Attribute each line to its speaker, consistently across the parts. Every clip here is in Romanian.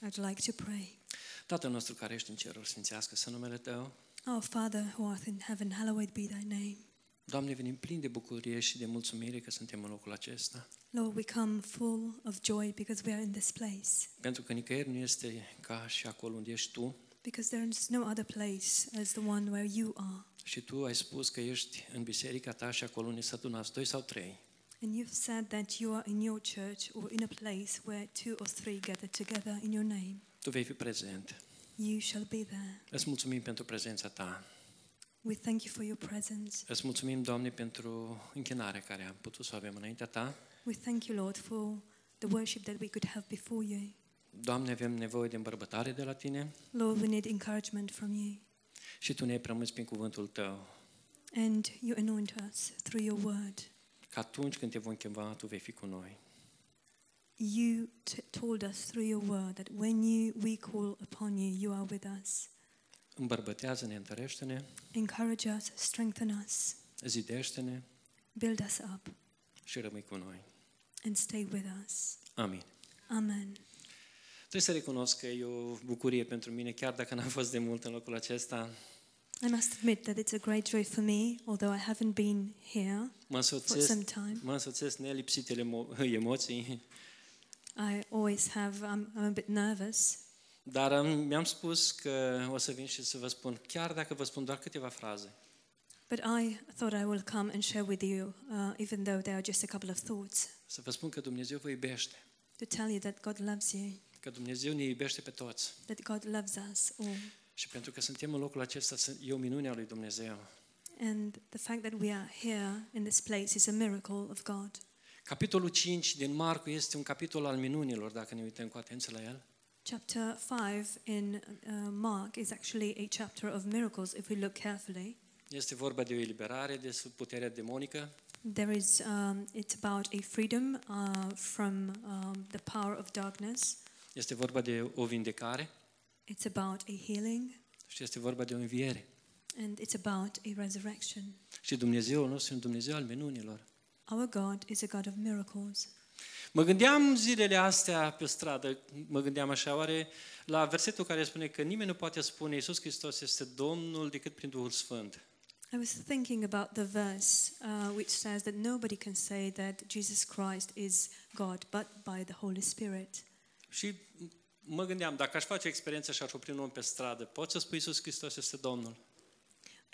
Speaker 1: I'd like to pray.
Speaker 2: Tatăl nostru care ești în ceruri, sfințească să numele Tău.
Speaker 1: Our Father who art in heaven, hallowed be thy name.
Speaker 2: Doamne, venim plini de bucurie și de mulțumire că suntem în locul acesta,
Speaker 1: Lord, we come full of joy because we are in this place,
Speaker 2: pentru că nicăieri nu este ca și acolo unde ești Tu
Speaker 1: because there is no other place as the one where you are.
Speaker 2: și Tu ai spus că ești în biserica Ta și acolo unde s-a adunat doi sau trei.
Speaker 1: And you've said that you are in your church or in a place where two or three gather together in your name.
Speaker 2: Tu vei fi prezent.
Speaker 1: You shall be there.
Speaker 2: Îți mulțumim pentru prezența Ta.
Speaker 1: We thank you for your presence.
Speaker 2: Îți mulțumim, Doamne, pentru închinarea care am putut să o avem înaintea Ta.
Speaker 1: We thank you, Lord, for the worship that we could have before you.
Speaker 2: Doamne, avem nevoie de îmbărbătare de la Tine
Speaker 1: Lord, we need encouragement from you,
Speaker 2: și Tu ne-ai prămâns prin cuvântul Tău
Speaker 1: and you anoint us through your word.
Speaker 2: că atunci când te vom chema, Tu vei fi cu noi.
Speaker 1: You t- told us through your word that when you we call upon you, you are with us.
Speaker 2: Îmbărbătează-ne, întărește-ne,
Speaker 1: Encourage us, strengthen us,
Speaker 2: zidește-ne
Speaker 1: build us up,
Speaker 2: și rămâi cu noi.
Speaker 1: and stay with us.
Speaker 2: Amin.
Speaker 1: Amen.
Speaker 2: Trebuie să recunosc că e o bucurie pentru mine, chiar dacă n-am fost de mult în locul acesta.
Speaker 1: I must admit that it's a great joy for me, although I haven't been here for
Speaker 2: Mă însoțesc,
Speaker 1: some time.
Speaker 2: mă însoțesc nelipsitele mo- emoții,
Speaker 1: I always have, I'm, I'm a bit nervous,
Speaker 2: dar am, mi-am spus că o să vin și să vă spun, chiar dacă vă spun doar câteva fraze,
Speaker 1: but I thought I will come and share with you, uh, even though they are just a couple of thoughts,
Speaker 2: să vă spun că Dumnezeu vă iubește,
Speaker 1: to tell you that God loves you,
Speaker 2: că Dumnezeu ne iubește pe toți.
Speaker 1: that God loves us all.
Speaker 2: Și pentru că suntem în locul acesta, sunt- e o minune a lui Dumnezeu.
Speaker 1: And the fact that we are here in this place is a miracle of God.
Speaker 2: Capitolul 5 din Marcu este un capitol al minunilor, dacă ne uităm cu atenție la el.
Speaker 1: Chapter 5 in uh, Mark is actually a chapter of miracles if we look carefully.
Speaker 2: Este vorba de o eliberare de sub puterea demonică,
Speaker 1: There is, um, it's about a freedom uh, from um, the power of darkness,
Speaker 2: este vorba de o vindecare
Speaker 1: it's about a healing,
Speaker 2: și este vorba de o înviere.
Speaker 1: and it's about a resurrection.
Speaker 2: Și Dumnezeul nostru e un Dumnezeu al minunilor.
Speaker 1: Our God is a God of miracles.
Speaker 2: Mă gândeam zilele astea pe stradă, mă gândeam așa, oare la versetul care spune că nimeni nu poate spune Iisus Hristos este Domnul decât prin Duhul Sfânt.
Speaker 1: I was thinking about the verse uh, which says that nobody can say that Jesus Christ is God but by the Holy Spirit.
Speaker 2: Și mă gândeam, dacă aș face o experiență și aș opri un om pe stradă, poți să spui Iisus Hristos este Domnul?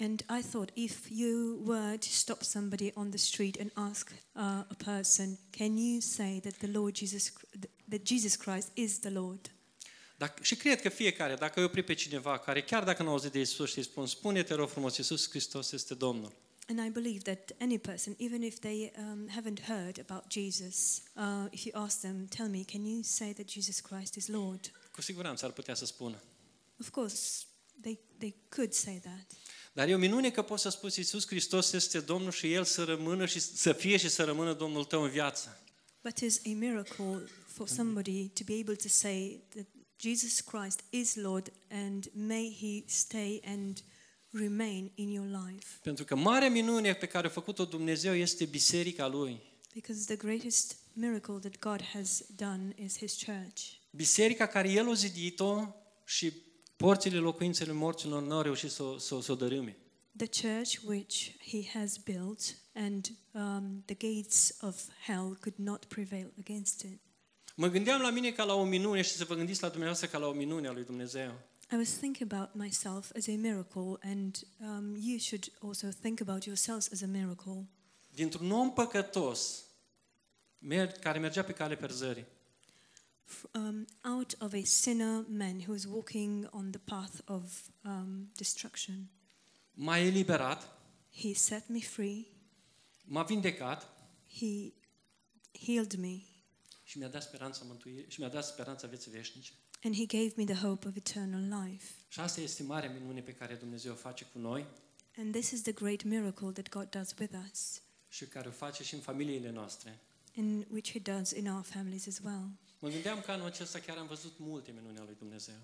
Speaker 1: And I thought if you were to stop somebody on the street and ask uh, a person, can you say that the Lord Jesus that Jesus Christ is the Lord?
Speaker 2: Dacă, și cred că fiecare, dacă îi opri pe cineva care, chiar dacă nu a auzit de Iisus și îi spun, spune-te rog frumos, Iisus Hristos este Domnul.
Speaker 1: And I believe that any person, even if they um, haven't heard about Jesus, uh, if you ask them, tell me, can you say that Jesus Christ is Lord?
Speaker 2: Cu siguranță ar putea să spună.
Speaker 1: Of course, they, they could say that.
Speaker 2: Dar e o minune că poți să spui Iisus Hristos este Domnul și El să rămână și să fie și să rămână Domnul tău în viață.
Speaker 1: But it's a miracle for somebody to be able to say that Jesus Christ is Lord and may He stay and remain in your life.
Speaker 2: Pentru că marea minune pe care a făcut-o Dumnezeu este biserica Lui.
Speaker 1: Because the greatest miracle that God has done is His church,
Speaker 2: Biserica care El a zidit-o și porțile locuințele morților nu au reușit să, o- să, o- să o dărâme.
Speaker 1: the church which He has built, and um, the gates of hell could not prevail against it.
Speaker 2: Mă gândeam la mine ca la o minune și să vă gândiți la dumneavoastră ca la o minune a lui Dumnezeu.
Speaker 1: I was thinking about myself as a miracle, and um, you should also think about yourselves as a miracle.
Speaker 2: Dintr-un om păcătos mer- care mergea pe cale perzării,
Speaker 1: f- um, out of a sinner man who is walking on the path of um, destruction.
Speaker 2: m-a eliberat,
Speaker 1: He set me free.
Speaker 2: m-a vindecat
Speaker 1: He healed me,
Speaker 2: și mi-a dat speranța mântuirii și mi-a dat speranța vieții veșnice.
Speaker 1: and he gave me the hope of eternal life.
Speaker 2: Și asta este marea minune pe care Dumnezeu o face cu noi
Speaker 1: And this is the great miracle that God does with us,
Speaker 2: și care o face și în familiile noastre.
Speaker 1: and which He does in our families as well.
Speaker 2: Mă gândeam că anul acesta chiar am văzut multe minuni ale lui Dumnezeu.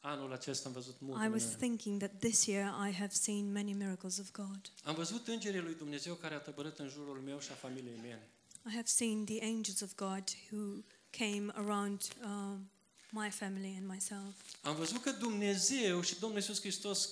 Speaker 2: Anul acesta am văzut multe
Speaker 1: I was
Speaker 2: minuni.
Speaker 1: thinking that this year I have seen many miracles of God.
Speaker 2: Am văzut îngerii lui Dumnezeu care a tăbărât în jurul meu și a familiei mele.
Speaker 1: I have seen the angels of God who came around um, my family and myself.
Speaker 2: Am văzut că Dumnezeu și Domnul Iisus Hristos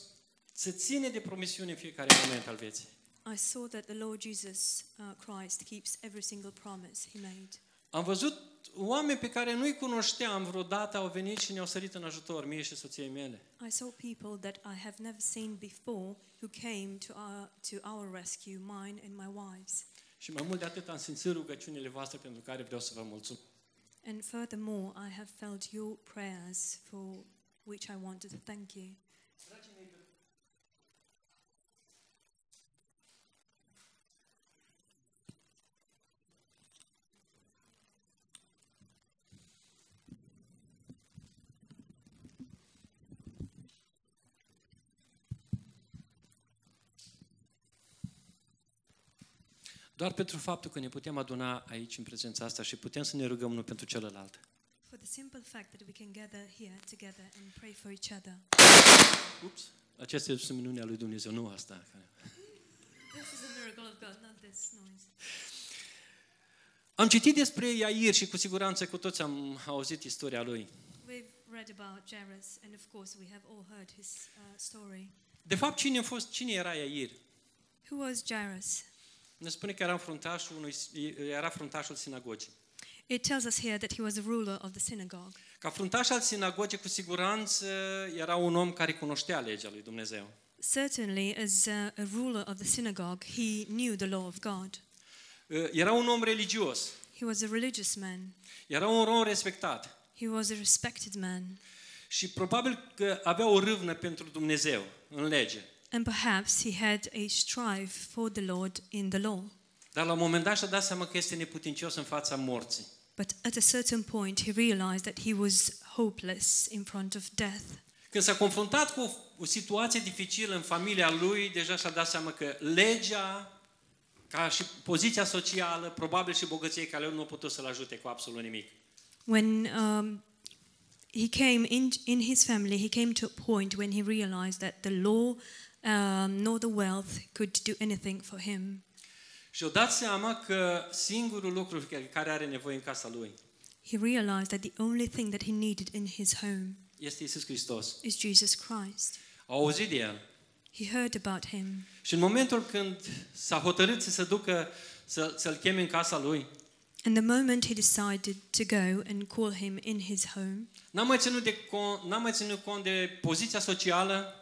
Speaker 2: se ține de promisiune în fiecare moment al vieții.
Speaker 1: I saw that the Lord Jesus uh, Christ keeps every single promise he made.
Speaker 2: Am văzut oameni pe care nu-i cunoșteam vreodată, au venit și ne-au sărit în ajutor, mie și soției mele.
Speaker 1: I saw people that I have never seen before who came to our, to our rescue, mine and my wife's.
Speaker 2: Și mai mult de atât am simțit rugăciunile voastre pentru care vreau să vă mulțumesc.
Speaker 1: And furthermore, I have felt your prayers for which I wanted to thank you.
Speaker 2: Doar pentru faptul că ne putem aduna aici în prezența asta și putem să ne rugăm unul pentru celălalt.
Speaker 1: For the simple fact that we can gather here together and pray for each other.
Speaker 2: Ups, aceasta este minunea lui Dumnezeu, nu asta.
Speaker 1: This is a miracle of God, not this noise.
Speaker 2: Am citit despre Iair și cu siguranță cu toți am auzit istoria lui.
Speaker 1: We've read about Jairus, and of course, we have all heard his uh, story.
Speaker 2: De fapt, cine a fost, cine era Iair?
Speaker 1: Who was Jairus?
Speaker 2: Ne spune că era fruntașul, unui, era fruntașul sinagogii.
Speaker 1: It tells us here that he was a ruler of the synagogue.
Speaker 2: Ca fruntaș al sinagogii, cu siguranță era un om care cunoștea legea lui Dumnezeu.
Speaker 1: Certainly, as uh, a ruler of the synagogue, he knew the law of God.
Speaker 2: Era un om religios,
Speaker 1: He was a religious man,
Speaker 2: era un om respectat
Speaker 1: he was a respected man,
Speaker 2: și probabil că avea o râvnă pentru Dumnezeu în lege.
Speaker 1: and perhaps he had a strive for the Lord in the law.
Speaker 2: Dar la un moment dat și-a dat seama că este neputincios în fața morții.
Speaker 1: But at a certain point, he realized that he was hopeless in front of death.
Speaker 2: Când s-a confruntat cu o, o situație dificilă în familia lui, deja și-a dat seama că legea, ca și poziția socială, probabil și bogăției care nu au putut să-l ajute cu absolut nimic.
Speaker 1: When um, he came in, in his family, he came to a point when he realized that the law um, nor the wealth could do anything for him.
Speaker 2: Și-a dat seama că singurul lucru pe care are nevoie în casa lui
Speaker 1: He realized that the only thing that he needed in his home
Speaker 2: este Isus Hristos.
Speaker 1: is Jesus Christ.
Speaker 2: Au auzit de el.
Speaker 1: He heard about him.
Speaker 2: Și în momentul când s-a hotărât să se ducă să, să-l cheme în casa lui,
Speaker 1: And the moment he decided to go and call him in his home,
Speaker 2: n-a mai ținut, de, con- n-a mai ținut cont de poziția socială,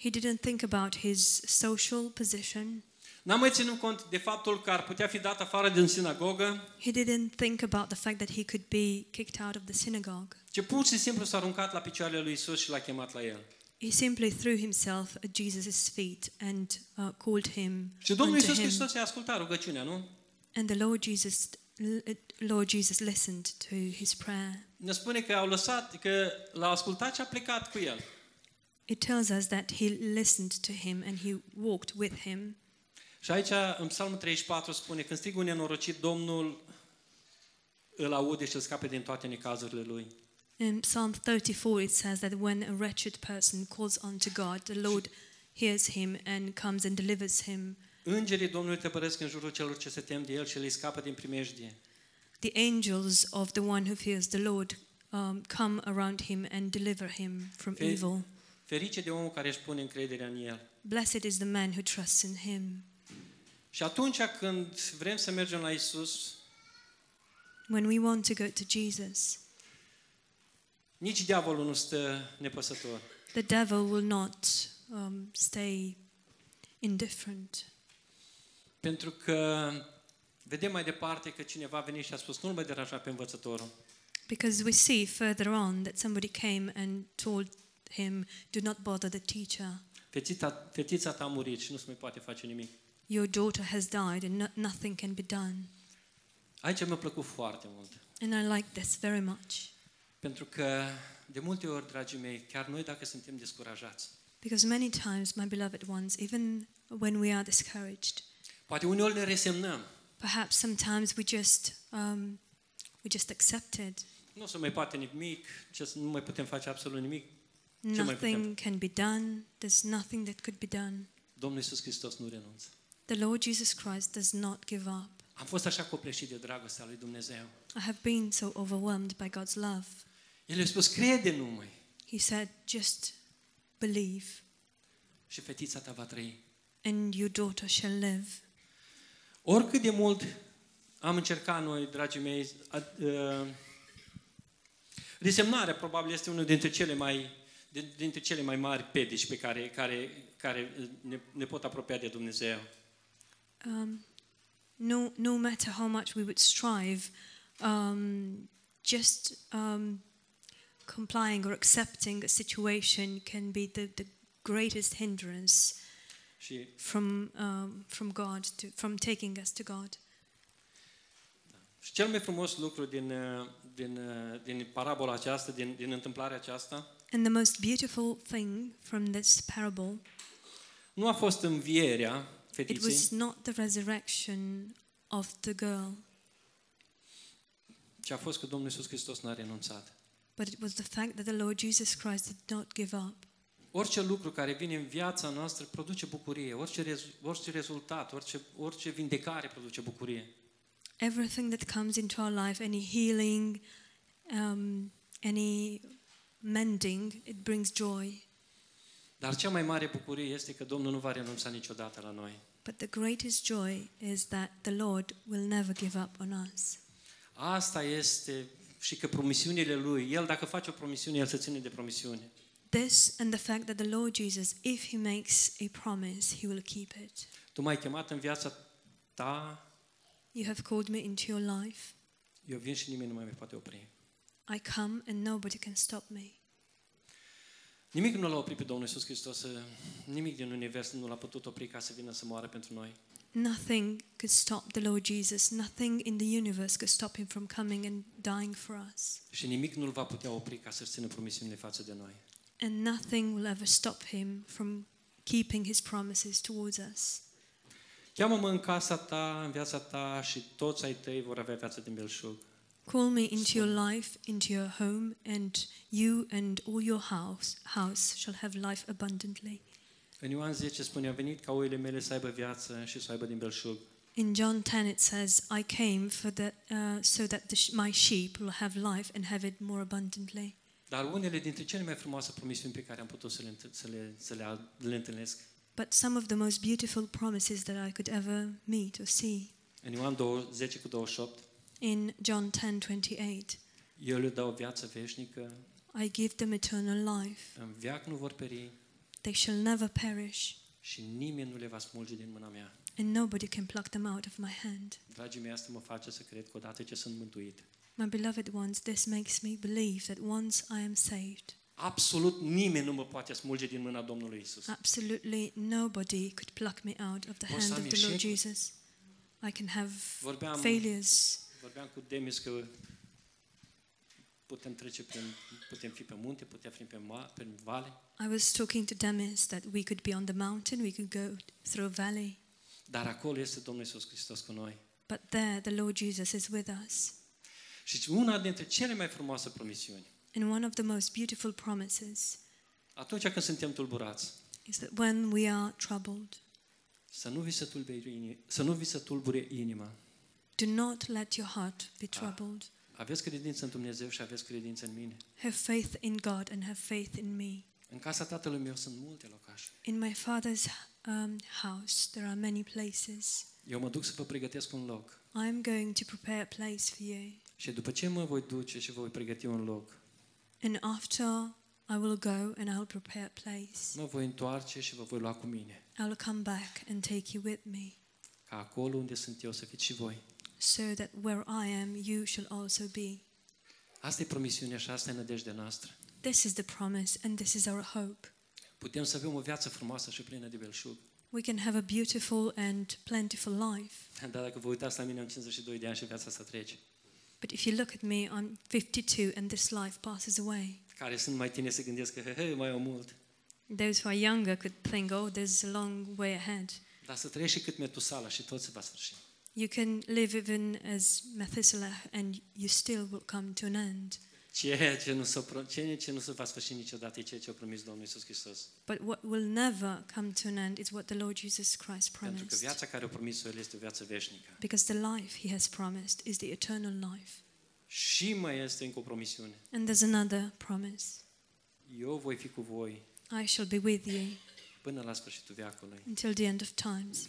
Speaker 1: he didn't think about his social position.
Speaker 2: n-a mai ținut cont de faptul că ar putea fi dat afară din sinagogă,
Speaker 1: He didn't think about the fact that he could be kicked out of the synagogue.
Speaker 2: ci pur și simplu s-a aruncat la picioarele lui Isus și l-a chemat la el.
Speaker 1: He simply threw himself at Jesus' feet and uh, called him
Speaker 2: Și Domnul
Speaker 1: unto
Speaker 2: Iisus
Speaker 1: him.
Speaker 2: Hristos i-a ascultat rugăciunea, nu?
Speaker 1: And the Lord Jesus, Lord Jesus listened to his prayer.
Speaker 2: Ne spune că au lăsat, că l-a ascultat și a plecat cu el.
Speaker 1: It tells us that he listened to him and he walked with him.
Speaker 2: Și aici, în Psalmul 34, spune, când strigă un nenorocit, Domnul îl aude și îl scape din toate necazurile lui.
Speaker 1: In Psalm 34, it says that when a wretched person calls unto God, the Lord hears him and comes and delivers him.
Speaker 2: Îngerii Domnului te părăsc în jurul celor ce se tem de el și le scapă din primejdie.
Speaker 1: The angels of the one who fears the Lord um, come around him and deliver him from
Speaker 2: Fe-
Speaker 1: evil.
Speaker 2: Ferice de omul care își pune încrederea în el.
Speaker 1: Blessed is the man who trusts in him.
Speaker 2: Și atunci când vrem să mergem la Isus,
Speaker 1: When we want to go to Jesus,
Speaker 2: nici diavolul nu stă nepăsător.
Speaker 1: the devil will not um, stay indifferent
Speaker 2: Pentru că vedem mai departe că cineva a venit și a spus, nu-l mai deranja pe învățătorul.
Speaker 1: because we see further on that somebody came and told him, Do not bother the teacher.
Speaker 2: Fetița, fetița ta a murit și nu se mai poate face nimic.
Speaker 1: Your daughter has died and no- nothing can be done.
Speaker 2: Aici mi-a plăcut foarte mult.
Speaker 1: And I like this very much
Speaker 2: Pentru că de multe ori, dragii mei, chiar noi dacă suntem descurajați,
Speaker 1: because many times, my beloved ones, even when we are discouraged,
Speaker 2: poate uneori ne resemnăm.
Speaker 1: perhaps sometimes we just um, we just accept it.
Speaker 2: Nu se mai poate nimic, ce, să- nu mai putem face absolut nimic. Ce mai
Speaker 1: Nothing can be done. There's nothing that could be done.
Speaker 2: Domnul Iisus Hristos nu renunță.
Speaker 1: The Lord Jesus Christ does not give up.
Speaker 2: Am fost așa copleșit de dragostea lui Dumnezeu.
Speaker 1: I have been so overwhelmed by God's love.
Speaker 2: El a spus, crede numai
Speaker 1: He said, Just believe,
Speaker 2: și fetița ta va trăi.
Speaker 1: and your daughter shall live.
Speaker 2: Oricât de mult am încercat noi, dragii mei, a, a, resemnarea probabil este unul dintre cele mai, din- dintre cele mai mari pedici pe care, care, care ne, ne pot apropia de Dumnezeu.
Speaker 1: Um, no, no matter how much we would strive, um, just um, complying or accepting a situation can be the, the greatest hindrance
Speaker 2: Și
Speaker 1: from, um, from God, to, from taking us to God.
Speaker 2: Și cel mai frumos lucru din, uh, din, uh, din parabola aceasta, din, din întâmplarea aceasta,
Speaker 1: And the most beautiful thing from this parable,
Speaker 2: nu a fost învierea
Speaker 1: it
Speaker 2: fetiței,
Speaker 1: was not the resurrection of the girl,
Speaker 2: ci a fost că Domnul Iisus Hristos n-a renunțat.
Speaker 1: but it was the fact that the Lord Jesus Christ did not give up.
Speaker 2: Orice lucru care vine în viața noastră produce bucurie, orice, rez, orice rezultat, orice, orice vindecare produce bucurie.
Speaker 1: everything that comes into our life, any healing, um, any mending, it brings joy.
Speaker 2: Dar cea mai mare bucurie este că Domnul nu va renunța niciodată la noi.
Speaker 1: But the greatest joy is that the Lord will never give up on us.
Speaker 2: Asta este și că promisiunile Lui, El dacă face o promisiune, El se ține de promisiune.
Speaker 1: This and the fact that the Lord Jesus, if He makes a promise, He will keep it.
Speaker 2: Tu m-ai chemat în viața ta,
Speaker 1: You have called me into your life.
Speaker 2: eu vin și nimeni nu mai me poate opri.
Speaker 1: I come and nobody can stop me.
Speaker 2: Nimic nu l-a oprit pe Domnul Iisus Hristos, să- nimic din univers nu l-a putut opri ca să vină să moară pentru noi.
Speaker 1: Nothing could stop the Lord Jesus. Nothing in the universe could stop Him from coming and dying for us.
Speaker 2: Și nimic nu-l va putea opri ca să-și țină promisiunile față de noi.
Speaker 1: and nothing will ever stop him from keeping his promises towards us.
Speaker 2: Cheamă-mă în casa ta, în viața ta și toți ai tăi vor avea viață din belșug.
Speaker 1: Call me into your life, into your home, and you and all your house house shall have life abundantly.
Speaker 2: În Ioan 10 spune, a venit ca oile mele să aibă viață și să o aibă din belșug.
Speaker 1: In John 10 it says, "I came for the uh, so that the sh- my sheep will have life and have it more abundantly."
Speaker 2: Dar unele dintre cele mai frumoase promisiuni pe care am putut să le, întâ- să le, să le, le întâlnesc.
Speaker 1: But some of the most beautiful promises that I could ever meet or see
Speaker 2: În Ioan 20, 10 cu 28,
Speaker 1: in John 10:28,
Speaker 2: eu le dau viață veșnică,
Speaker 1: "I give them eternal life;
Speaker 2: în veac nu vor peri
Speaker 1: they shall never perish."
Speaker 2: și nimeni nu le va smulge din mâna mea.
Speaker 1: and nobody can pluck them out of my hand.
Speaker 2: Dragii mei, asta mă face să cred că odată ce sunt mântuit,
Speaker 1: My beloved ones, this makes me believe that once I am saved,
Speaker 2: absolut nimeni nu mă poate smulge din mâna Domnului Isus.
Speaker 1: absolutely nobody could pluck me out of the
Speaker 2: Poți să
Speaker 1: hand
Speaker 2: am
Speaker 1: of the Lord
Speaker 2: eșecuri.
Speaker 1: Jesus. I can have
Speaker 2: Vorbeam-
Speaker 1: failures.
Speaker 2: Vorbeam cu Demis că putem trece prin, putem fi pe munte, putem fi pe, ma, prin vale,
Speaker 1: I was talking to Demis that we could be on the mountain, we could go through a valley,
Speaker 2: dar acolo este Domnul Isus Hristos cu noi.
Speaker 1: but there the Lord Jesus is with us.
Speaker 2: Și una dintre cele mai frumoase promisiuni,
Speaker 1: And one of the most beautiful promises
Speaker 2: atunci când suntem tulburați,
Speaker 1: is that when we are troubled,
Speaker 2: să nu vi se tulbure, ini- să nu vi se tulbure inima.
Speaker 1: do not let your heart be troubled.
Speaker 2: Aveți credință în Dumnezeu și aveți credință în mine.
Speaker 1: Have faith in God and have faith in me.
Speaker 2: În casa tatălui meu sunt multe locașe.
Speaker 1: In my father's um, house there are many places.
Speaker 2: Eu mă duc să vă pregătesc un loc.
Speaker 1: I am going to prepare a place for you.
Speaker 2: Și după ce mă voi duce și vă voi pregăti un loc,
Speaker 1: And after I will go and I'll prepare a place.
Speaker 2: mă voi întoarce și vă voi lua cu mine,
Speaker 1: I'll come back and take you with me,
Speaker 2: ca acolo unde sunt eu să fiți și voi.
Speaker 1: so that where I am, you shall also be.
Speaker 2: Asta e promisiunea și asta e nădejdea noastră.
Speaker 1: This is the promise and this is our hope.
Speaker 2: Putem să avem o viață frumoasă și plină de belșug.
Speaker 1: We can have a beautiful and plentiful life.
Speaker 2: Dar Da, dacă vă uitați la mine, am 52 de ani și viața asta trece.
Speaker 1: But if you look at me, I'm 52 and this life passes away.
Speaker 2: Care sunt mai tineri se gândesc că, hei, mai au mult.
Speaker 1: Those who are younger could think, oh, there's a long way ahead.
Speaker 2: Dar să trăiești și cât metusala și tot se va sfârși.
Speaker 1: You can live even as Methuselah and you still will come to an end.
Speaker 2: Ceea ce nu, s-o, pro- ceea ce nu se va sfârși niciodată e ceea ce a promis Domnul Iisus Hristos.
Speaker 1: But what will never come to an end is what the Lord Jesus Christ
Speaker 2: Pentru că
Speaker 1: promised.
Speaker 2: viața care a promis-o El este o viață veșnică.
Speaker 1: Because the life he has promised is the eternal life.
Speaker 2: Și mai este încă o promisiune.
Speaker 1: And there's another promise
Speaker 2: Eu voi fi cu voi
Speaker 1: I shall be with you
Speaker 2: până la sfârșitul veacului.
Speaker 1: until the end of times.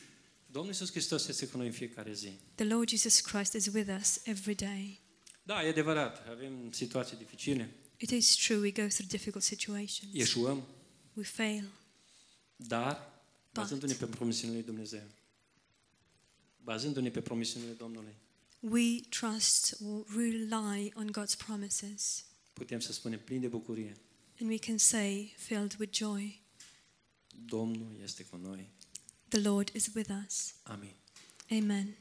Speaker 2: Domnul Iisus Hristos este cu noi în fiecare zi.
Speaker 1: The Lord Jesus Christ is with us every day.
Speaker 2: Da, e adevărat, avem situații dificile,
Speaker 1: It is true we go through difficult situations.
Speaker 2: ieșuăm,
Speaker 1: We fail.
Speaker 2: dar bazându-ne pe promisiunile lui Dumnezeu. Bazându-ne pe promisiunile Domnului,
Speaker 1: We trust or rely on God's promises.
Speaker 2: putem să spunem plin de bucurie,
Speaker 1: And we can say, filled with joy,
Speaker 2: Domnul este cu noi.
Speaker 1: the Lord is with us.
Speaker 2: Amin.
Speaker 1: Amen.